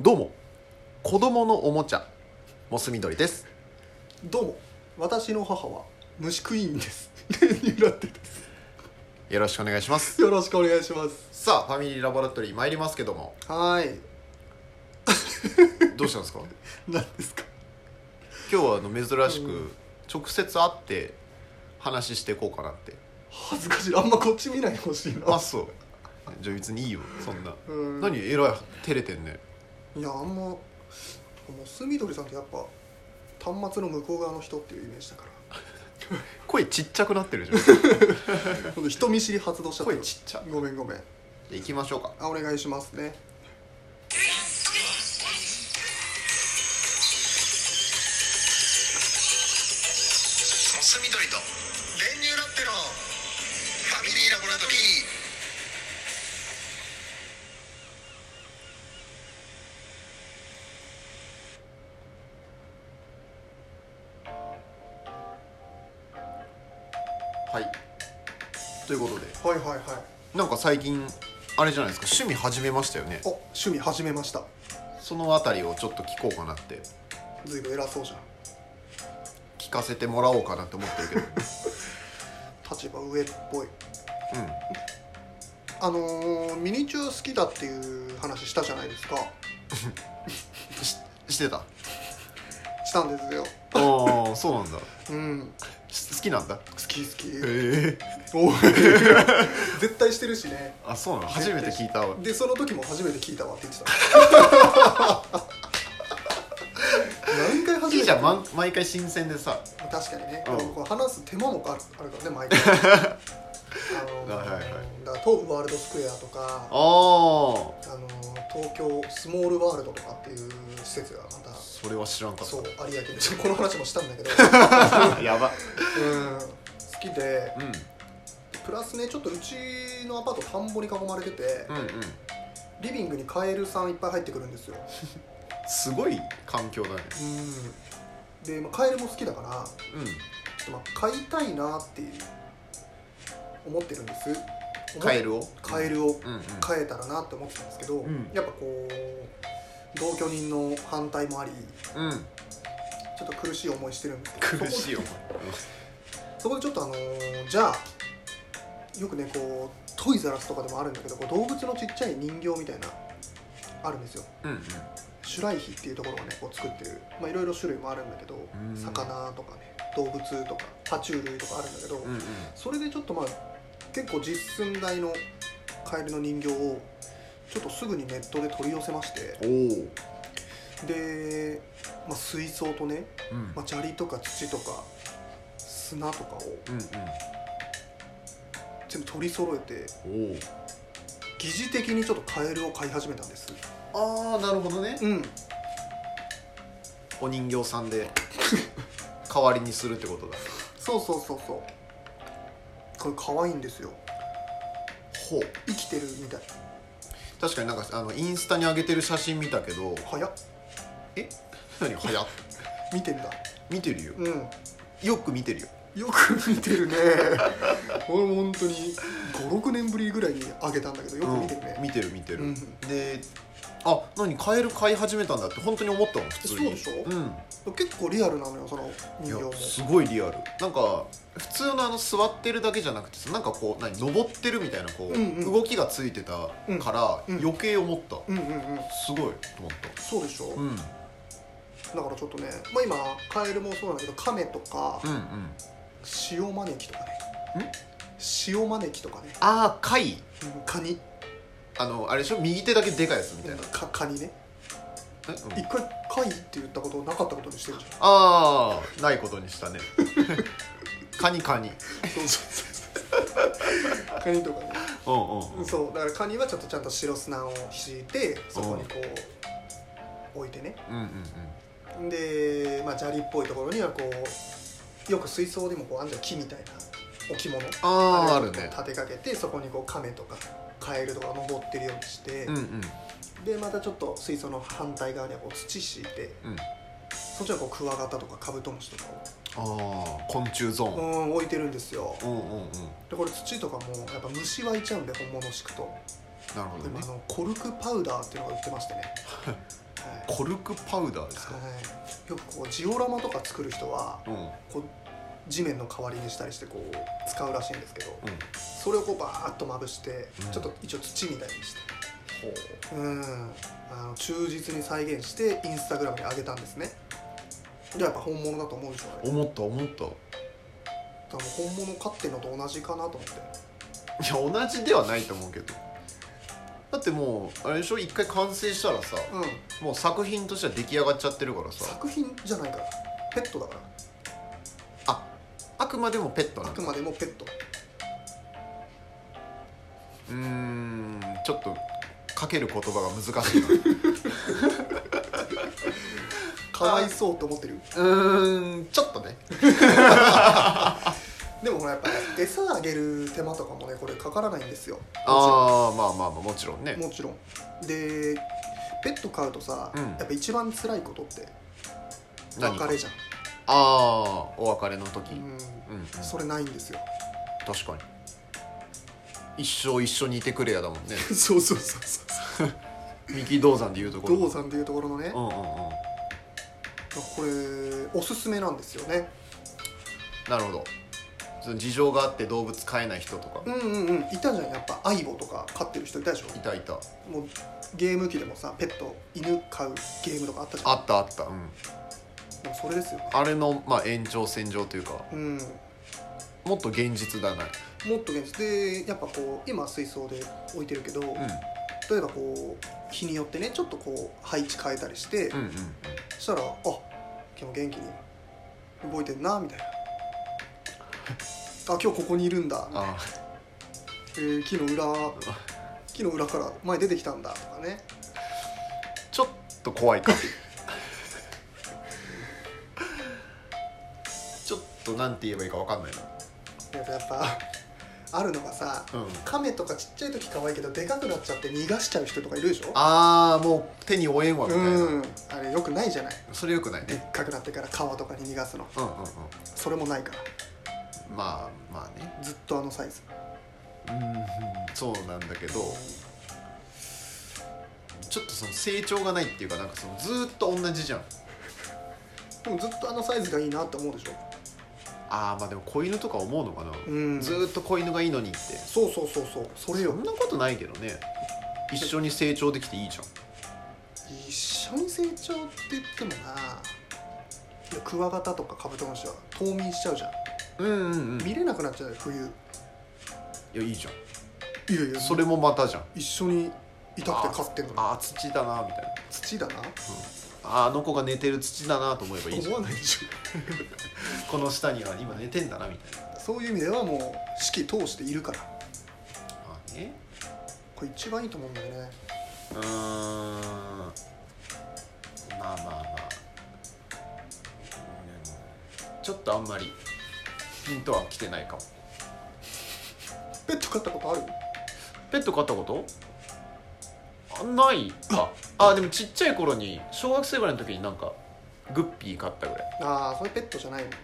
どうも子供のおもちゃモスみどりですどうも私の母は虫食いんです三浦ってですよろしくお願いしますよろしくお願いしますさあファミリーラボラトリー参りますけどもはーいどうしたんですか何ですか 今日はあの珍しうく直接会って話していこうかなって恥ずかしいあんまこっち見ないでほしいあなそうじゃあ別にいいよそんなうん何えらい照れてんねいやあんまもうすみどりさんってやっぱ端末の向こう側の人っていうイメージだか声ちっちゃくなってるじ ゃんじゃらほんと人見知り発動しちゃった声ちっちゃごめんごめんあ行きましょうかあお願いしますねモス緑と電流ラッテのファミリーラボラトリーはいということではいはいはいなんか最近あれじゃないですか趣味始めましたよねお趣味始めましたそのあたりをちょっと聞こうかなってずいぶん偉そうじゃん聞かせてもらおうかなって思ってるけど 立場上っぽういんあのーミニチュア好きだっていう話したじゃないですかししてたしたんですよああそうなんだうん し好きなんだ好き好きええ おい絶対してるしねあそうなの初めて聞いたわでその時も初めて聞いたわって言ってた何回初いめいてじゃんまん毎回新鮮でさ確かにね、うんでもこう話す手間もあるあるからね毎 回あのーはいはいはいだから東武ワールドスクエアとかあああのー東京スモールワールドとかっていう施設がまたそれは知らんかっそう有明で ちょこの話もしたん だけどたやばうん好きでうんプラスねちょっとうちのアパート田んぼに囲まれてて、うんうんリビングにカエルさんいっぱい入ってくるんですよすごい環境だねうんで、まあ、カエルも好きだからうちょっとまあ飼いたいなっていう思ってるんですんカエルルをカエルうをんうん飼えたらなって思ってたんですけど、うんやっぱこう同居人の反対もありうんちょっと苦しい思いしてるんですけど苦しいよそこでそこでちょっとあのーじゃあよくねこうトイザラスとかでもあるんだけどこう動物のちっちゃい人形みたいなあるんですようんうんシュライヒっていうところがねこう作ってるまあいろいろ種類もあるんだけどん魚とかね動物とか爬虫類とかあるんだけど、うんうんそれでちょっとまあ結構実寸大のカエルの人形をちょっとすぐにネットで取り寄せましてうんおおで、まあ、水槽とね、うんまあ、砂利とか土とか砂とかをうん全部取り揃えてうんお疑似的にちょっとカエルを飼い始めたんですおああなるほどねうんお人形さんで代わりにするってことだそうそうそうそうこれ可愛いんですよほう生きてるみたい確かになんかあのインスタに上げてる写真見たけど早っえ何はや見てんだ見てるようんよく見てるよよく見てるね俺も本当に56年ぶりぐらいにあげたんだけどよく見てるね、うん見てる見てる、うんであ何カエル飼い始めたんだって本当に思ったの普通にそうでしょうん結構リアルなのよそのい人形もやすごいリアルなんか普通のあの座ってるだけじゃなくてさなんかこう何登ってるみたいなこう、うんうん動きがついてたから、うんうん余計思った、うんうんうんすごいと思っそうでしょ、た、うん、うんだからちょっとね、まあ、今カエルもそうなんだけどカメとかうん塩招きとかねん塩招きとかね、ああ貝うん、カニあのあれでしょ右手だけでかいやつみたいな、かカニねえうん一回貝って言ったことをなかったことにしてるじゃんああないことに したねカニカニそうそうそう カニとかねうんうんうんそうだからカニはちょっとちゃんと白砂を敷いてそこにこう置いてねうんうんで、まあ、砂利っぽいところにはこうよく水槽でもこうあんじゃん木みたいな置物あああれをるね立てかけてそこにこう亀とかカエルとか登ってるようにして、うんうんでまたちょっと水槽の反対側にはこう土敷いてうんそっちはこうクワガタとかカブトムシとかああ昆虫ゾをうーンん置いてるんですようんうんうんでこれ土とかもやっぱ虫湧いちゃうんで本物敷くとなるほど今ね あのコルクパウダーっていうのが売ってましてねコルクパウダーですか、はい、よくこうジオラマとか作る人はうんうんこう地面の代わりにしたりしてこう使うらしいんですけどそれをこうバーッとまぶして、うんちょっと一応土みたいにしてうんあの忠実に再現してインスタグラムに上げたんですねじゃあやっぱ本物だと思うでしょあれ思った思った多分本物飼ってるのと同じかなと思っていや同じではないと思うけどだってもうあれでしょ一回完成したらさうんもう作品としては出来上がっちゃってるからさ作品じゃないからペットだからああくまでもペットあなんくだまでもペットうーんちょっとかける言葉が難 しいなかわいそうって思ってるうーんちょっとねでもほらやっぱね餌あげる手間とかもねこれかからないんですよああまあまあまあもちろんねもちろんでペット飼うとさ、うんやっぱ一番辛いことって何別れじゃん、ああお別れの時、ううんん、うん、それないんですよ 確かに一生一緒にいてくれやだもんねそうそうそうそう三木銅山でいうところ銅山っていうところのね、うんうんうんこれおすすめなんですよねなるほどその事情があって動物飼えない人とか、うんうんうんいたじゃんやっぱ相棒とか飼ってる人いたでしいょたいたもうゲーム機でもさペット犬飼うゲームとかあったじゃんあったあった、うん、もうそれですよねあれの、まあ、延長線上というかうんもっと現実だな、もっと現実でやっぱこう今水槽で置いてるけど、う例えばこう日によってねちょっとこう配置変えたりして、ん、うんうんそしたらあ今日も元気に動いてんなみたいなあ今日ここにいるんだ、あえー木の裏木の裏から前出てきたんだとかねちょっと怖いか ちょっとなんて言えばいいかわかんないなやっぱやっぱあるのがさ、うん亀とかちっちゃい時可愛いけどでかくなっちゃって逃がしちゃう人とかいるでしょあーもう手に負えんわみうたいな、んあれよくないじゃないそれよくないでねっかくなってから川とかに逃がすのうんうんうんそれもないからまあまあねずっとあのサイズうんそうなんだけどちょっとその成長がないっていうかなんかそのずーっと同じじゃんでもずっとあのサイズがいいなって思うでしょあーまあでも子犬とか思うのかな、うんずーっと子犬がいいのにってそうそうそうそうそれそよんなことないけどね一緒に成長できていいじゃん一緒に成長って言ってもないやクワガタとかカブトムシは冬眠しちゃうじゃんうんうんうんい見れなくなっちゃうよ冬やいいじゃいやいやんそれもまたじゃん一緒にいたくて飼ってんのにあー土だなみたいな土だなあーあの子が寝てる土だなと思えばいいじゃん思わないでしこの下には今寝てんだなみたいなょそういう意味ではもう四季通しているからあーねこれ一番いいと思うんだよねうーんまあまあまあうんちょっとあんまりヒントは来てないかもペット飼ったことあるペット飼ったことあないかあでもちっちゃい頃に小学生ぐらいの時になんかグッピー飼ったぐらいああそれペットじゃないもんね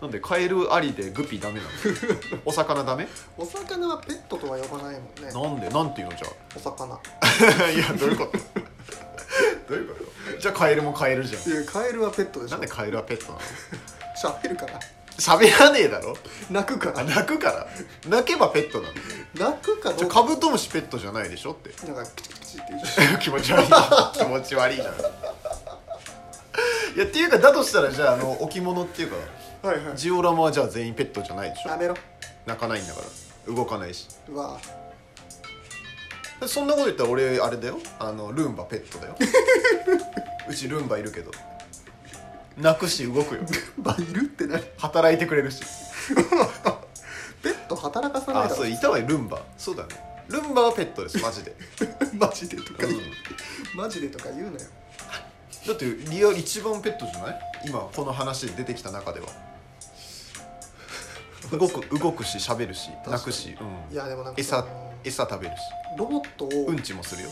なんでカエルありでグッピーダ メなのお魚ダメお魚はペットとは呼ばないもんねなんでなんていうのじゃお魚あ いやどういうことどういうことじゃあカエルもカエルじゃいやカエルはペットでしなょんでカエルはペットなの喋るから喋らねえだろ泣くかあら泣くから泣けばペットなの泣くかじどゃうカかブトムシペットじゃないでしょって なんかピチピチって言うじゃん気持ち悪いな 気持ち悪いじゃんいやっていうかだとしたらじゃああの置物っていうかはいはいジオラマはじゃあ全員ペットじゃないでしょやめろ泣かないんだから動かないしうわでそんなこと言ったら俺あれだよあのルンバペットだようちルンバいるけど泣くし動くよバいるって何働いてくれるしペット働かさないあだろそういたわよルンバそうだねルンバはペットですマジで、 マジでとかう言んう、マジでとか言うなよだってリアル一番ペットじゃない今この話で出てきた中 では動く動くし喋るしかに泣くし、いうん、やでもなんか餌その餌食べるしロボットをうんちもするよ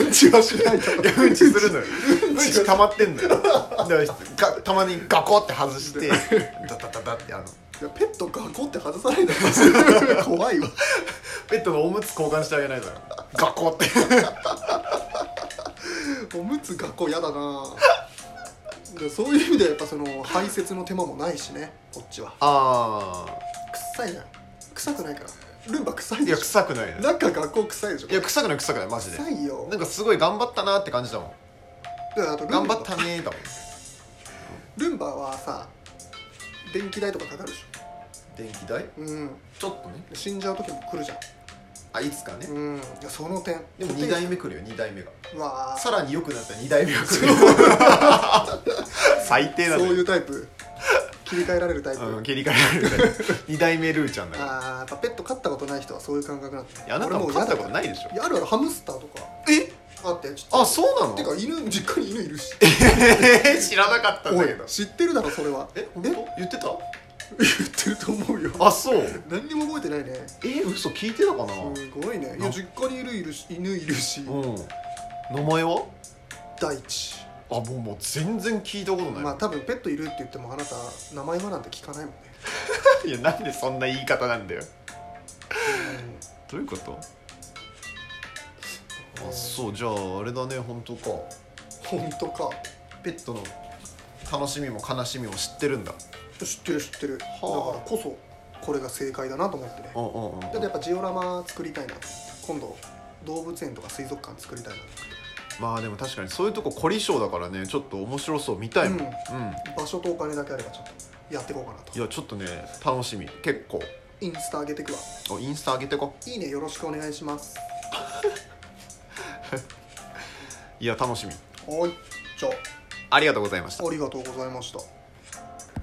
うんちはしないだろいやうんちするのようんち溜まってんのよだからがたまにガコって外してダダダダってあのいやペットガコって外さないだろ 怖いわペットのおむつ交換してあげないだろガコっておむつ学校嫌だなでそういう意味でやっぱその排泄の手間もないしねこっちはあ臭いじゃん臭くないからルンバ臭いあいでやし臭くないょねなんか学校臭いでしょいや臭くない臭くないマジで臭いよなんかすごい頑張ったなって感じだもんだからあとルン頑バ張ったねーだもんルンバはさ電気代とかかかるでし電気代ょうんちょっとね死んじゃう時も来るじゃんあいつかねうんいやその点でも2代目来るよ2代目がうわあさらに良くなった2代目が来る 最低だそういねうタイプ 切り替えられるタイプ、うん切り替えられ る2代目ルーちゃんだからあーやっぱペット飼ったことない人はそういう感覚なんだいやあなたも飼ったことないでしょいやあるあるハムスターとかえあってちょっとあそうなのてか犬実家に犬いるしえー 知らなかったんおだいけど知ってるだろそれはえ本当言ってた言ってると思うよあそう何にも覚えてないねえー、嘘聞いてたかなすごいねいやな実家にいるいるし犬いるしうん名前は大地あもうもう全然聞いたことない、まあ多分ペットいるって言ってもあなた名前はなんて聞かないもんね、いやなんでそんな言い方なんだようんどういうことあそうじゃああれだね本当か本当かペットの楽しみも悲しみも知ってるんだ知ってる知ってるだからはあこそこれが正解だなと思ってねうんうんうんだってやっぱジオラマ作りたいな今度動物園とか水族館作りたいまあでも確かにそういうとこ凝り性だからねちょっと面白そう見たいもん、ううんんな場所とお金だけあればちょっとやっていこうかないとやちょっとね楽しみ結構インスタ上げてくわあインスタ上げてこいいねよろしくお願いしますいや楽しみはいじゃありがとうございましたあありがとうございました